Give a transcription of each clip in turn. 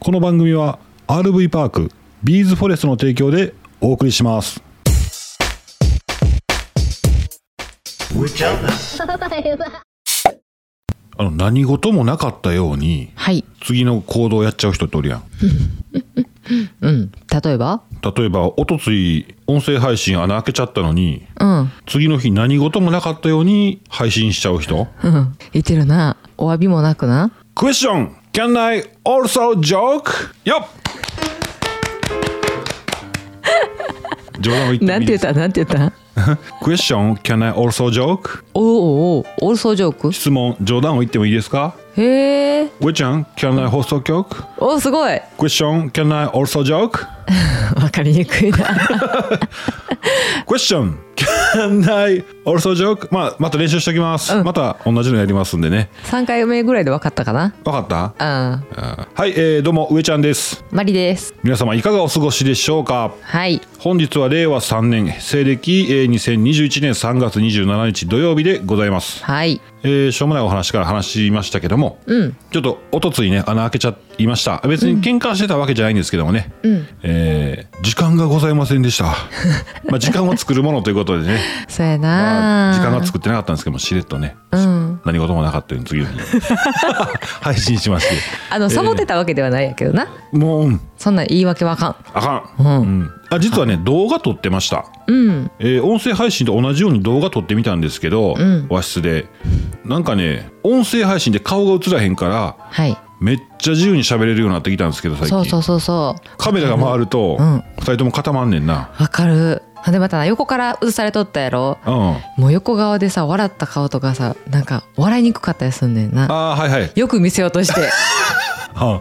この番組は RV パークビーズフォレストの提供でお送りしますあの何事もなかったようにはい。次の行動をやっちゃう人っておるやんうん。例えば例えばおとつい音声配信穴開けちゃったのにうん。次の日何事もなかったように配信しちゃう人うん。言ってるな。お詫びもなくな。クエスチョン Can I also joke? よっ冗談を言ってなみんて言ったなんて言ったクエスチョン Can I also joke? おうおうおう。オールソージョー質問冗談を言ってもいいですかクへえ。ウェちゃん Can I also joke? おすごい。クエスチョン Can I also joke? わかりにくい な。クエスチョン Can I also joke? まあまた練習しておきます、また同じのやりますんでね3回目ぐらいでわかったかなわかったうん。あーはい、えー、どうも上ちゃんですマリです。皆様いかがお過ごしでしょうかはい。本日は令和3年西暦えー2021年3月27日土曜日でございます、はい。えー、しょうもないお話から話しましたけども、うん。ちょっとおとついね穴開けちゃいました別に喧嘩してたわけじゃないんですけどもね、うん。えー時間がございませんでした まあ時間を作るものということでね、そうやまあな。時間が作ってなかったんですけどもしれっとねうん。何事もなかったように次の日 に配信しましてあの、サボってたわけではないやけどな。もううんそんなん言い訳わかん。あか、うんんうんあ実はね動画撮ってました、うん。えー音声配信と同じように動画撮ってみたんですけど、和室でなんかね音声配信で顔が映らへんからはい。めっちゃ自由に喋れるようになってきたんですけど最近そうそうそうそう。カメラが回ると、う二ん人とも固まんねんなわかる。で、またな、横から映されとったやろ。うんあもう横側でさ笑った顔とかさなんか笑いにくかったりすんねんなあーはいはいよく見せようとして あ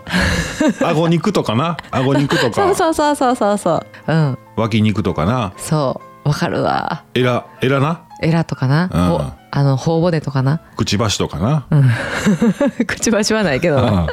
顎肉とかな顎肉とそかうそうそうそうそうそううん脇肉とかなそうわかるわエラエラなエラとかな、うんほあの頬骨とかなくちばしとかな、 くちばしはないけうどん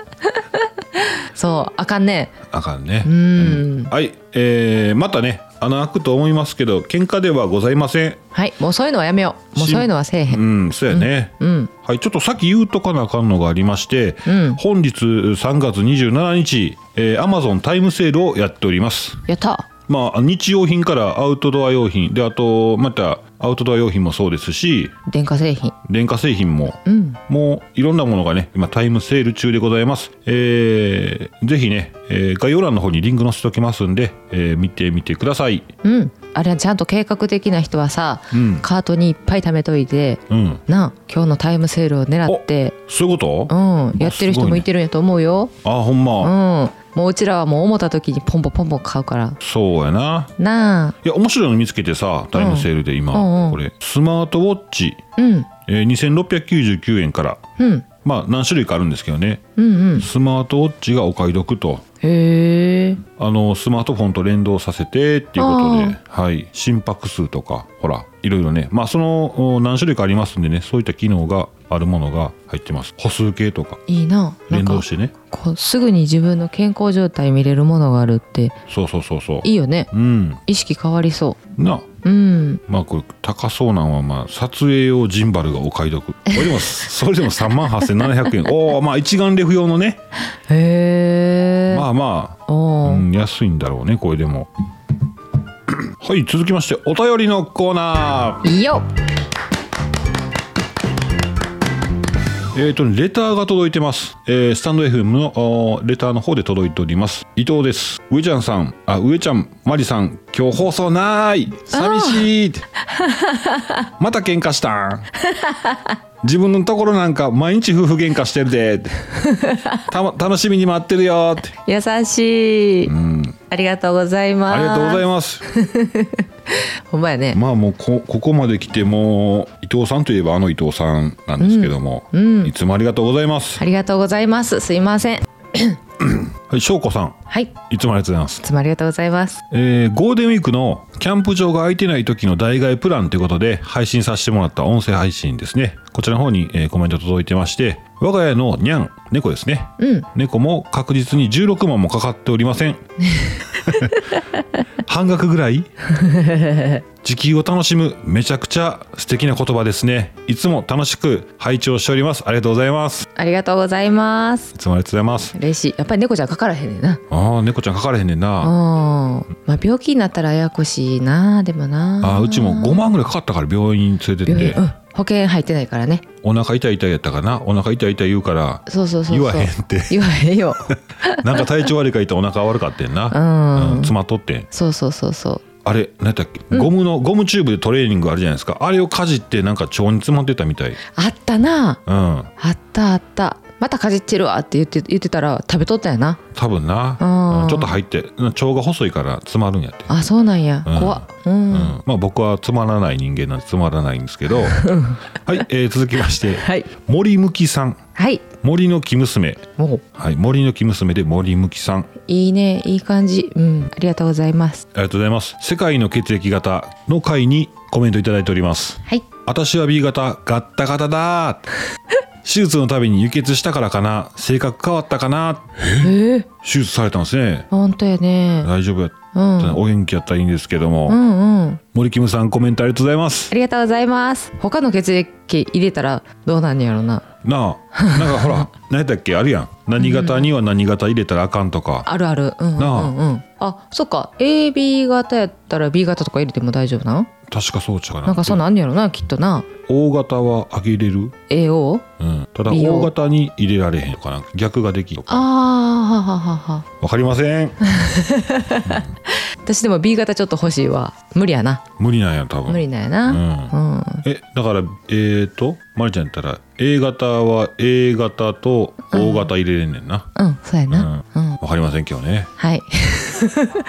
そうあかんねあかんねうーんはい、えー、またね穴開くと思いますけど喧嘩ではございませんはいもうそういうのはやめようもうしそういうのはせえへんうんそうやね、うんはい、ちょっとさっき言うとかなあかんのがありまして、うん本日3月27日、えー、Amazon タイムセールをやっております。やったまあ、日用品からアウトドア用品であとまたアウトドア用品もそうですし電化製品電化製品も、うんもういろんなものがね今タイムセール中でございます、えー、ぜひね、えー概要欄の方にリンク載せておきますんで、えー見てみてくださいうんあれはちゃんと計画的な人はさ、うんカートにいっぱい貯めといてうんなあ今日のタイムセールを狙ってそういうこと、うん、やってすごいる人ね向いてるんやと思うよ。あほんま、うん、もううちらはもう思った時にポンポンポンポン買うから。そうやなないや面白いの見つけてさタイムセールで今、うんうんこれスマートウォッチ、あ、うん、えー2699円からうん、まあ何種類かあるんですけどねうん、うん。スマートウォッチがお買い得とへえ。あのスマートフォンと連動させてっていうことで、はい、心拍数とかほらいろいろねまあそのお何種類かありますんでねそういった機能があるものが入ってます歩数計とかいいな。なん連か動してねこうすぐに自分の健康状態見れるものがあるってそうそうそうそういいよね。うん意識変わりそなう。うん。まあこれ高そうなんはまあ撮影用ジンバルがお買い得これ でもそれでも3万8700円おおまあ一眼レフ用のねへえ。まあまあ、おうーん、安いんだろうねこれでも はい続きましてお便りのコーナーいいよ。えっ、とレターが届いてます、えースタンド FM のおーレターの方で届いております伊藤です上ちゃんさんあ上ちゃんマリさん今日放送ない寂しいまた喧嘩したん自分のところなんか毎日夫婦喧嘩してる でたま楽しみに待ってるよって優しい。うんありがとうございます。ありがとうございまますす。ほんまやね。まあもうこここまで来てもう伊藤さんといえばあの伊藤さんなんですけども、いつもありがとうございますありがとうございます。すいません。はい翔子さんはい。いいつもありがとうございます、つもありがとうございます。えーゴールデンウィークのキャンプ場が空いてない時の代替プランということで配信させてもらった音声配信ですねこちらの方に、えーコメント届いてまして我が家のニャン猫ですね、うん 猫も確実に16万もかかっておりません半額ぐらい時給を楽しむめちゃくちゃ素敵な言葉ですねいつも楽しく拝聴しておりますありがとうございますありがとうございますいつもありがとうございます嬉しいやっぱり猫ちゃんかからへんねんなああ猫ちゃんかかれへんねんうんなまあ病気になったらややこしいなでもなあーうちも5万ぐらいかかったから病院連れてっ病て院、うん、保険入ってないからねお腹痛い痛いやったかなお腹痛い痛い言うからそうそうそう言そうわへん って言わへんよなんか体調悪いから言ってお腹悪かってん うな、ん、うん、詰まっとってんそうそうそうそうあれ何やったっけゴムのゴムチューブでトレーニングあるじゃないですかあれをかじってなんか腸に詰まってたみたいあったなうんあったあったまたかじってるわって言って言ってたら食べとったよな多分うなんうんちょっと入って腸が細いから詰まるんやってあそうなんや、うん怖っう、うんんまあ僕はつまらない人間なんでつまらないんです けどはい、えー続きましてはい森向きさんはい森の木娘もうはい森の木娘で森向きさんいいねいい感じうんありがとうございますありがとうございます世界の血液型の回にコメントいただいておりますはい私は B 型ガッタガタだ手術のたびに輸血したからかな性格変わったかなええ手術されたんですねほんとやね大丈夫やったうんなお元気やったらいいんですけども、うんうん森キムさんコメントありがとうございますありがとうございます他の血液入れたらどうなんやろななあなんかほ ら何やったっけあるやん何型には何型入れたらあかんとか、あるあるうんうんうなあんうんあそっか AB 型やったら B 型とか入れても大丈夫なん確かそうちゃうかななんかそうなんやろなきっとな O 型はあげれる、 AO? うん、ただ B O O 型に入れられへんとかなんか逆ができるとあーかははははわかりません私でも B 型ちょっと欲しいわ無理やな無理なんや多分無理なんやなうんうんえだからえー、とまりちゃんやったら A 型は A 型と O 型入れれんねんな、うん、そうやな。ううんん、わかりません今日ね。はい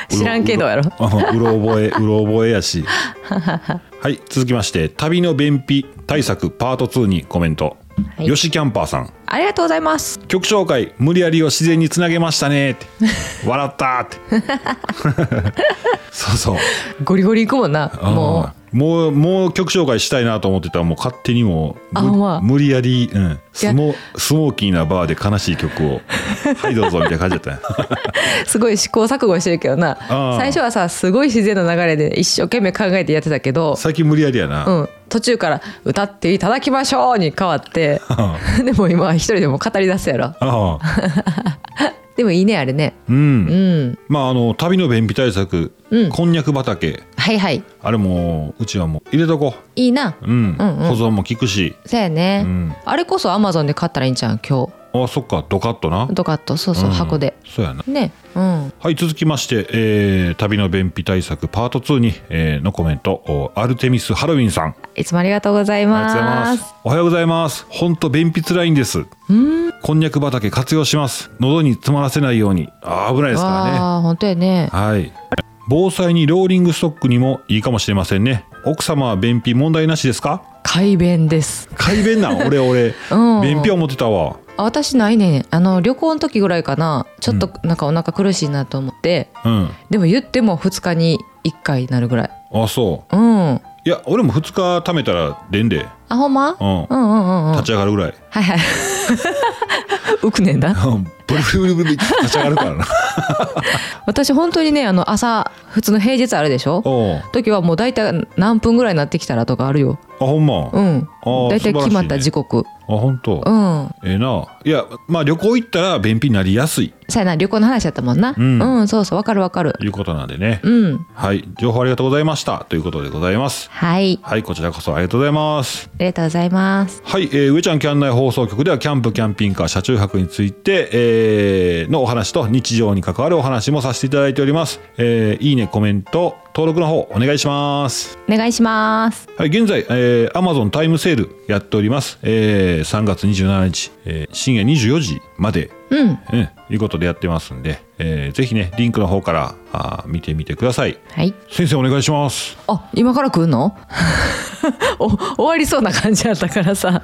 知らんけどやろ。うろうろ 覚えうろ覚えやしはい続きまして旅の便秘対策パート2にコメント、はいよしキャンパーさんありがとうございます。曲紹介無理やりを自然につなげましたねって笑ったーって そうそうゴリゴリ行くもんな。あーももうもう曲紹介したいなと思ってたらもう勝手にもうあほんま無理やり、うん、スモスモーキーなバーで悲しい曲を 「はいどうぞ」みたいな感じだ ったねう、すごい試行錯誤してるけどなあー。最初はさ、すごい自然な流れで一生懸命考えてやってたけど。最近無理やりやな、 うん、途中から歌っていただきましょうに変わって でも今は一人でも語り出すやろああでもいいねあれねううんんまああの旅の便秘対策、うんこんにゃく畑はいはいあれもううちはもう入れとこいいなう、うんうんうん保存も効くしそうやね、うんあれこそアマゾンで買ったらいいんじゃん今あそっかドカッとな日ドカッとそうそうう、ん箱でそうやなねうんはい続きまして、えー旅の便秘対策パート2に、えーのコメントおアルテミスハロウィンさんいつもありがとうございありがとうございまますす。おはようございます。本当便秘つらいんです。こんにゃく畑活用します。喉に詰まらせないように。あー危ないですかああ、本当やね。らね。はい。防災にローリングストックにもいいかもしれませんね。奥様は便秘問題なしですか？改便です。快便なん。俺俺。 うん便秘は持ってたわ。あ私ないね。あの旅行の時ぐらいかな。ちょっとなんかお腹苦しいなと思って。うん。でも言っても2日に1回なるぐらい。あそう。うん。あ、いや俺も2日貯めたら出んで。ほんま。う。うんんうんうんうん。は立ち上がるぐらい。いはい。 うくねんだ。うんブルブルブル立ち上がるから な。私本当にね、あの朝普通の平日あるでしょ。おうあ時はもう大体何分ぐらいになってきたらとかあるよ。ほんま。うあん。ー大体決まった素晴ら時しいね刻。あ本当。うん。ええないやまあ旅行行ったら便秘になりやすいさやな旅行の話だったもんな。うんうん、そうそうわかるわかると。いうことなんでね、うん。はい情報ありがとうございましたということでございますはい。はいこちらこそありがとうございますありがとうございます。はい、えー、上ちゃんキャン内放送局ではキャンプキャンピングカー車中泊について、えーのお話と日常に関わるお話もさせていただいております、えーいいねコメント登録の方お願いしますお願いします。はい、現在、えー、Amazon タイムセールやっております。えー、3月27日、えー深夜24時まで、うんうん、いうことでやってますんで、えーぜひね、リンクの方からあー見てみてください。はい。先生、お願いします。あ、今から来るの お終わりそうな感じやったか らさ。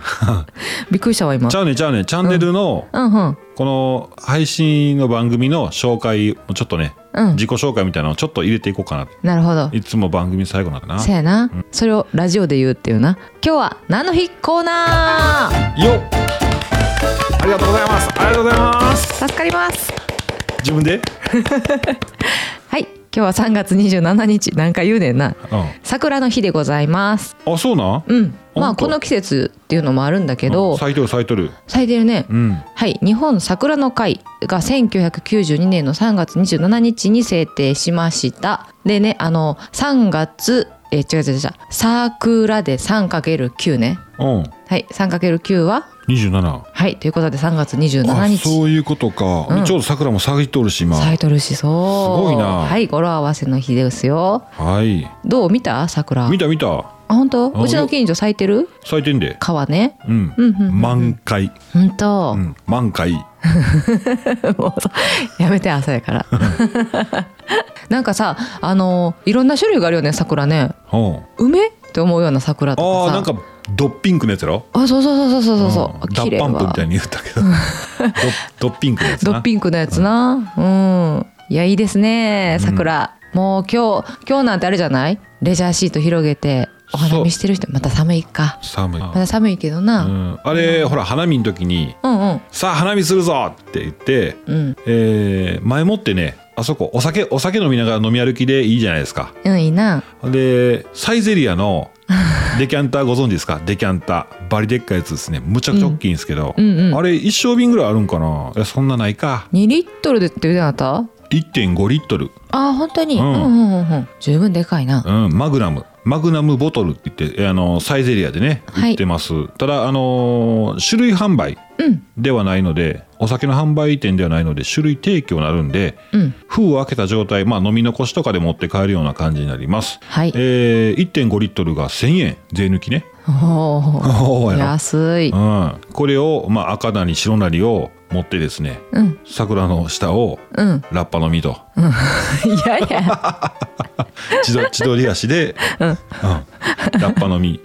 びっくりしたわ、今ち。ゃうね、ちゃうね、チャンネルの、うんうん。この配信の番組の紹介をちょっとね、うん自己紹介みたいなのをちょっと入れていこうかな。なるほど。いつも番組最後なんだな。せやな、それをラジオで言うっていうな。今日は何の日コーナーよっありがとうございます。ありがとうございます。助かります。自分ではい。今日は3月27日なんか言うねんなう桜の日でございますん、あそうなんうんまあ本当この季節っていうのもあるんだけうんど咲いてる咲いてる咲いてるねうんはい日本桜の会が1992年の3月27日に制定しましたでねあの3月えー違う違う違う桜で 3×9 ねうんはい 3×9 は27はいということで3月あ27日そういうことか、うんちょうど桜も咲いてるし今サイトルしそうすごいなはい語呂合わせの日ですよはいどう見た桜見た見たあ本当あうちの近所咲いてる咲いてんで川ねうんうんうんうん満開本当う、ん満開もうそう やめて朝やから なんかさあのいろんな種類があるよね桜ねうん梅って思うような桜とあーかさなんかドッピンクのやつやろあそうそうそうそうそうそう、んダ綺ッ麗パンプみわたいに言ったけどドドッピンクのやつドなッピンクのやつなうん、いやいいですね桜、もう今日今日なんてあれじゃないレジャーシート広げてお花見してる人また寒いか寒い、まだ寒いけどうな、ん、あれほら花見の時にうん、うん「さあ花見するぞ!」って言って、うんえー前もってねあそこお酒お酒飲みながら飲み歩きでいいじゃないですかうんいいなでサイゼリア のデキャンターご存知ですかデキャンターバリでっかいやつですねむちゃくちゃ大きいんですけど、うんうんあれ一升瓶ぐらいあるんかないやそんなないか2リットルでって言うてなかっ1.5リットル、たあー本当に、ううんん、うんうんうん十分でかいな、うん、マグナムマグナムボトルって言ってえあのサイゼリアでねはい売ってます、ただあのー種類販売うんではないのでお酒の販売店ではないので種類提供になるんでうん封を開けた状態、まあ、飲み残しとかで持って帰るような感じになります、はいえー1.5リットルが1000円税抜き ねおーおーやろ安いうん、これを、まあ、赤なり白なりを持ってですねうん桜の下をうん ラッパの実といやいや千鳥千鳥足で、うんラッパの実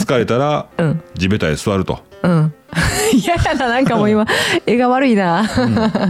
疲れたら、うん地べたへ座るとうん いややななんかもう今絵が悪いな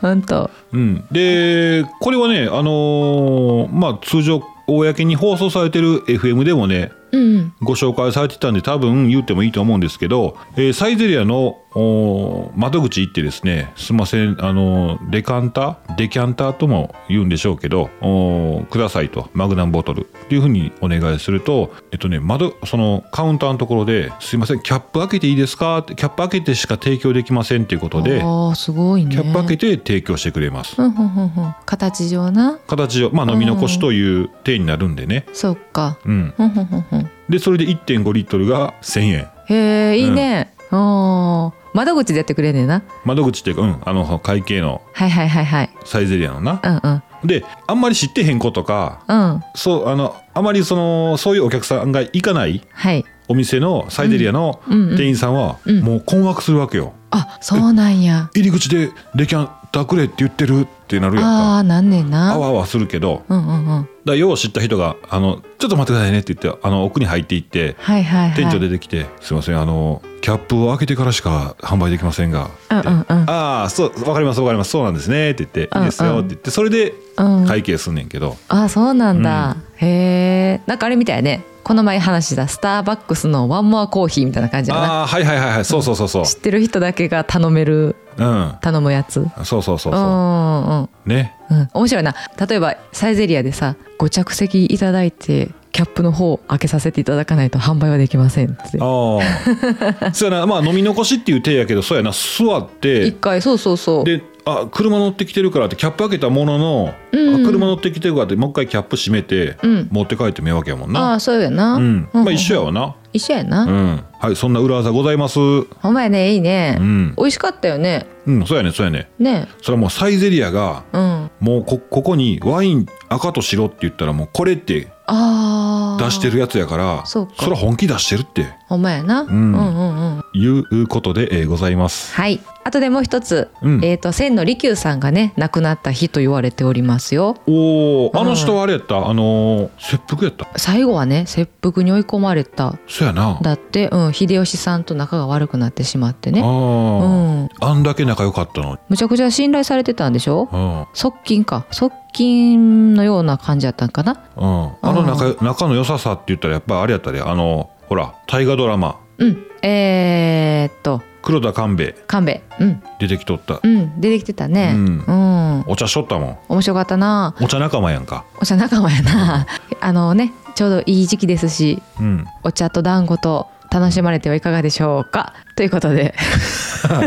本当うん、でこれはね、あのーまあ、通常公に放送されてる FM でもねうんご紹介されてたんで多分言ってもいいと思うんですけど、えーサイゼリアのおー窓口行ってですねすいません、あのーデカンタデキャンターとも言うんでしょうけどおーくださいとマグナムボトルっていうふうにお願いすると、えっとね、窓そのカウンターのところですいませんキャップ開けていいですかってキャップ開けてしか提供できませんっていうことでああすごいねキャップ開けて提供してくれます。うんうんうんうん形状な形を、まあ、飲み残しという体になるんでね、そっかうん、うんうんうんうんでそれで1.5リットルが1000円へえいいね、おお窓口でやってくれんねんな窓口っていうか、うん、あの会計のはいはいはいはいサイゼリアのなうんうんであんまり知ってへん子とかうんそうあのあまりそのそういうお客さんが行かないはいお店のサイゼリアのうんうんうん店員さんは、うんもう困惑するわけよあそうなんや入り口でデキャンターくれって言ってるってなるやんあかあなんねんなあわあわするけどうんうんうんだからよう知った人があの「ちょっと待ってくださいね」って言ってあの奥に入っていってはいはいはい店長出てきて「すいませんあのキャップを開けてからしか販売できませんが」うんってうんうんああそうわかりますわかりますそうなんですね」って言って「いいうんうんですよ」って言ってそれでうん会計すんねんけど、あそうなんだ、へえんかあれみたいねこの前話したスターバックスのワンモアコーヒーみたいな感じやなああはいはいはいはいそうそうそうそう知ってる人だけが頼めるうん頼むやつうそうそうそうそんうんうねうん面白いな例えばサイゼリアでさご着席いただいてキャップの方を開けさせていただかないと販売はできませんってあ あそうやなまあ飲み残しっていう手やけどそうやな座って一回そうそうそうであ車乗ってきてるからってキャップ開けたものの、うんあ車乗ってきてるからってもう一回キャップ閉めて、うん持って帰ってもええわけやもんあなあそうやな、うんまあ一緒ややわな一緒やな、うんはいそんな裏技ございますうほんまやねいいね、ん美味しかったよねうんそうやねそうやねねそれはもうサイゼリアがうんもうこここにワイン赤と白って言ったらもうこれってああ出してるやつやからそうかれは本気出してるってほんまやな、んうんうんうんいうことで、えーございますはい。あとでもう一つ、うんえっ、と千の利休さんがね亡くなった日と言われておりますよ。おおあの人はあれやったあのー切腹やった最後はね切腹に追い込まれた。そやなだって、うん、秀吉さんと仲が悪くなってしまってあね。うーん。あんだけ仲良かったのにむちゃくちゃ信頼されてたんでしょうん側近か側近のような感じだったんかなうんあの仲仲の良ささって言ったらやっぱりあれやったであのほら大河ドラマうんえー、っと「黒田官兵衛神戸うん出てきとった、うん出てきてたねううんん、お茶しとったもん面白かったなお茶仲間やんかお茶仲間やなあのねちょうどいい時期ですしうんお茶と団子と楽しまれてはいかがでしょうかということ で今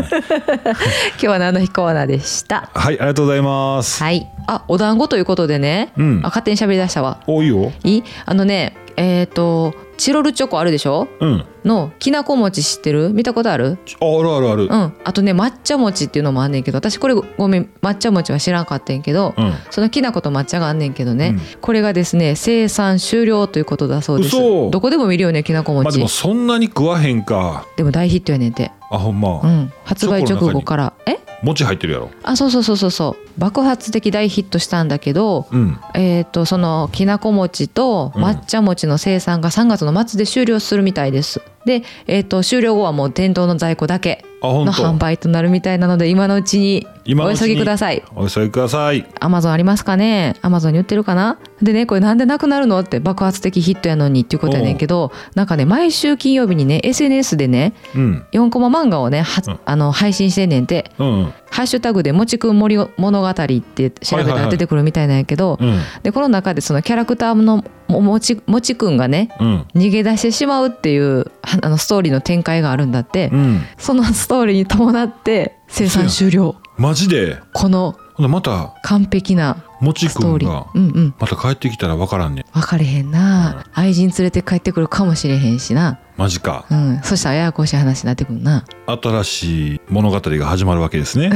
日は何の日コーナーでしたはいありがとうございます、はいあお団子ということでね、うんあ勝手に喋り出したわおいいよいいあのねえっ、とチロルチョコあるでしょうんのきなこ餅知ってる見たことあるちああるあるあるうんあとね抹茶餅っていうのもあんねんけど私これごごめん抹茶餅は知らんかったんやけど、うんそのきな粉と抹茶があんねんけどね、うこれがですね生産終了ということだそうです嘘どこでも見るよねきなこまあ餅、でもそんなに食わへんかでも大ヒットやねんて、あほんま、うん、発売直後からえ餅入ってるやろあそうそうそうそうそう爆発的大ヒットしたんだけど、うんえー、とそのきなこ餅とうん抹茶餅の生産が3月の末で終了するみたいです。で、えー、と終了後はもう店頭の在庫だけあほんのと販売となるみたいなので今のうちに今のおうち急にぎください。お急ぎくださいアマゾンありますかねアマゾンに売ってるかなでねこれなんでなくなるのって爆発的ヒットやのにっていうことやねんけどなんかね毎週金曜日にね SNS でねうん4コマ漫画をねは、うんあの配信してんねんてうん「ハッシュタグでもちくん森物語」って調べたら出てくるみたいなんやけど、うんでこの中でそのキャラクターのももちもちくんがねうん逃げ出してしまうっていうああのストーリーの展開があるんだって、うんそのストーリーに伴って生産終了マジでこのほんでまた完璧なもちスくトーんリがーうんうんまた帰ってきたら分からんね分かれへんな、愛人連れて帰ってくるかもしれへんしな、マジかうん、そしたらややこしい話になってくるな 新しい物語が始まるわけですね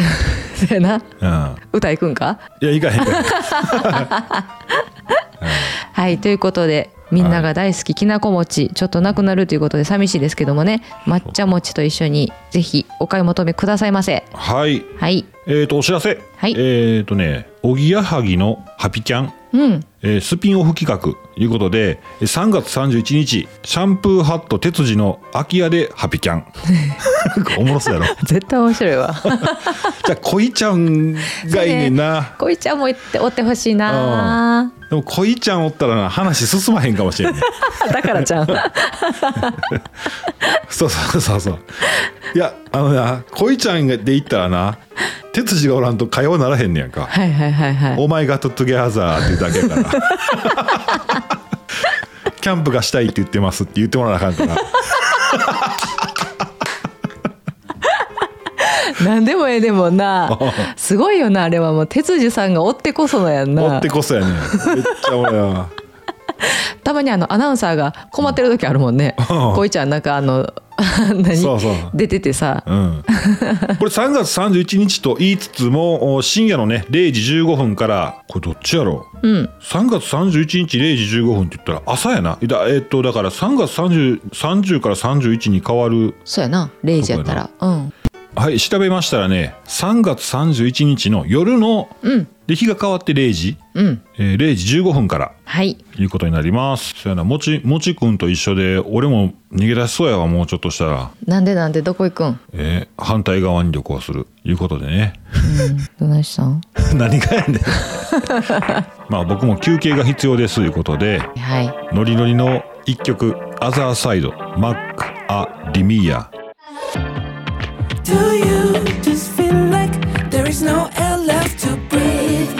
そやなうんいや歌いくんかいかへんいかへんはいということでみんなが大好ききなこ餅ちょっとなくなるということで寂しいですけどもね抹茶餅と一緒にぜひお買い求めくださいませはいはいえー、とお知らせ、はいえー、とねおぎやはぎのハピキャン、うんえースピンオフ企画ということでえー3月31日シャンプーハット哲司の空き家でハピキ ャンおもろそうやろ絶対面白いわじゃあ恋ちゃんがいいねん な こいちゃんも言っておってほしいなでも恋ちゃんおったらな話進まへんかもしれんね だからちゃ んそうそうそうそういやあのな恋ちゃんがで行ったらな哲司がおらんと会話ならへんねやんかはいはいはいは「いお前がトトゥギャザー」って言うだけ やからキャンプがしたいって言ってますって言ってもらわなあかんから何でもええでもん なすごいよなあれはもう哲司さんがおってこそのやん持なってこそやねんめっちゃ俺はたまにあのアナウンサーが困ってる時あるもん ねうんこいちゃんなんかあの 何そうそう出ててさうん、これ3月31日と言いつつもお深夜のね0時15分からこれどっちやろううん3月31日0時15分って言ったら朝やなだ,、えっとだから3月 30, 30から31に変わるそうやな0時やったらうんはい調べましたらね3月31日の夜のうんで日が変わって0時、うんえー0時15分からはいということになりますそうやなもちもちくんと一緒で俺も逃げ出しそうやわもうちょっとしたら、なんでなんでどこ行くんえー反対側に旅行するいうことでね どないしたん何がやねん まあ僕も休憩が必要ですということではいノリノリの一曲「アザーサイドマック・ア・ディミーヤ Do you just feel like there is no air left to breathe?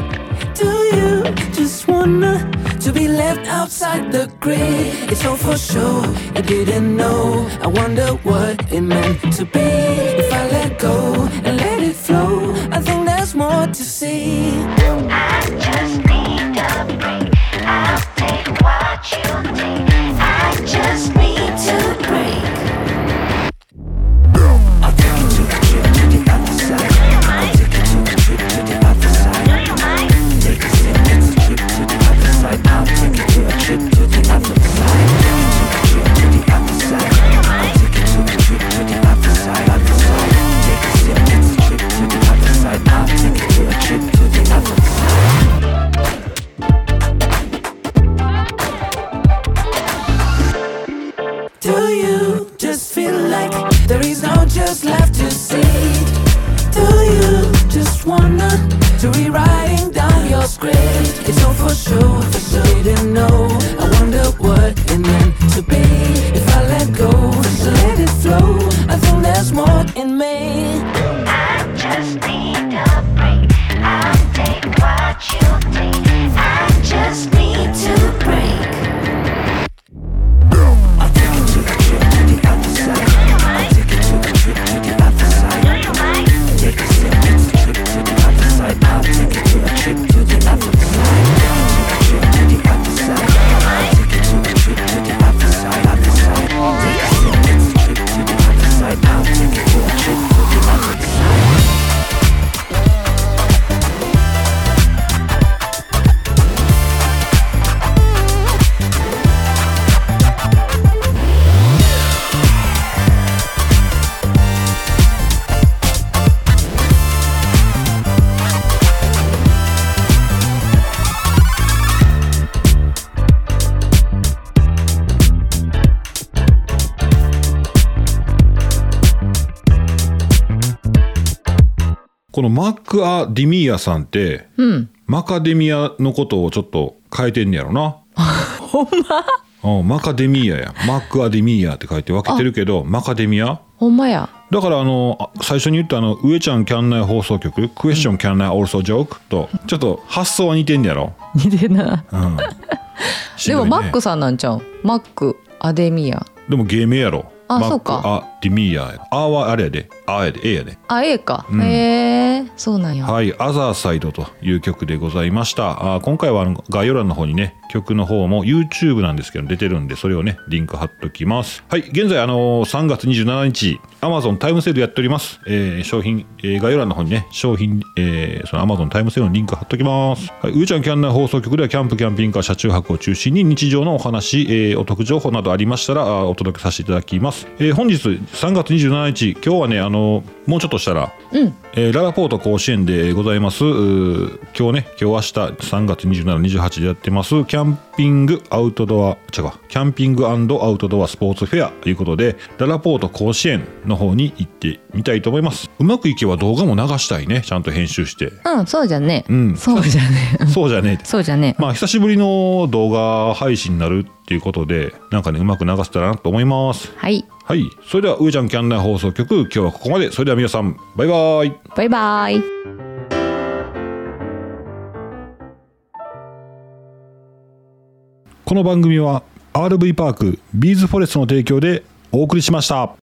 Do you just wanna to be left outside the grid? It's all for sure. I didn't know. I wonder what it meant to be. If I let go and let it flow, I think there's more to see. Just need to break. Do you just feel like there is no just left to see? Do you just wanna to rewriting down your script? It's all for sure, for sure. Didn't know. I wonder what it meant to be. If I let go, let it flow. I think there's there's more in me. I just need a break. I'll take what you take. I just need to break. このマック・ア・ディミーアさんって、うんマカデミアのことをちょっと変えてんねやろ な。ほんまマカデミアや。マック・ア・ディミーアって書いて分けてるけど、マカデミアほんまやだからあのあ最初に言ったあの「上ちゃんキャンナイ放送局」「クエスチョンキャンナイオーソジョーク」とちょっと発想は似てんねやろ、 似てなうん、しんでどもいねマックさんなんちゃうんマックアデミアでも芸名やろマあックそうかあディミーヤやあはあれやであやでえやであ A か、んへえそうなんや、はい「アザーサイド」という曲でございましたあ今回はあの概要欄の方にね曲の方も YouTube なんですけど出てるんでそれをねリンク貼っときますはい現在あの3月27日 Amazon タイムセールやっております、えー商品、えー概要欄の方にね商品、えーその Amazon タイムセールのリンク貼っときます、はい、うーちゃんキャンナイ放送局ではキャンプキャンピングカー車中泊を中心に日常のお話、えーお得情報などありましたらあお届けさせていただきます、えー本日3月27日今日はねあのもうちょっとしたらうんえーララポート甲子園でございますうー今日ね今日明日3月2728でやってますキャンピングアウトドア違うわキャンピングアウトドアスポーツフェアということでララポート甲子園の方に行ってみたいと思いますうまくいけば動画も流したいねちゃんと編集してうんそうじゃね、うんそうじゃねそうじゃねえですそうじゃねまあ久しぶりの動画配信になるっていうことでなんかねうまく流せたらなと思いますはいはいそれではうーちゃんキャンナイ放送局今日はここまでそれでは皆さんバイバーイバイバイこの番組は RV パークビーズフォレストの提供でお送りしました。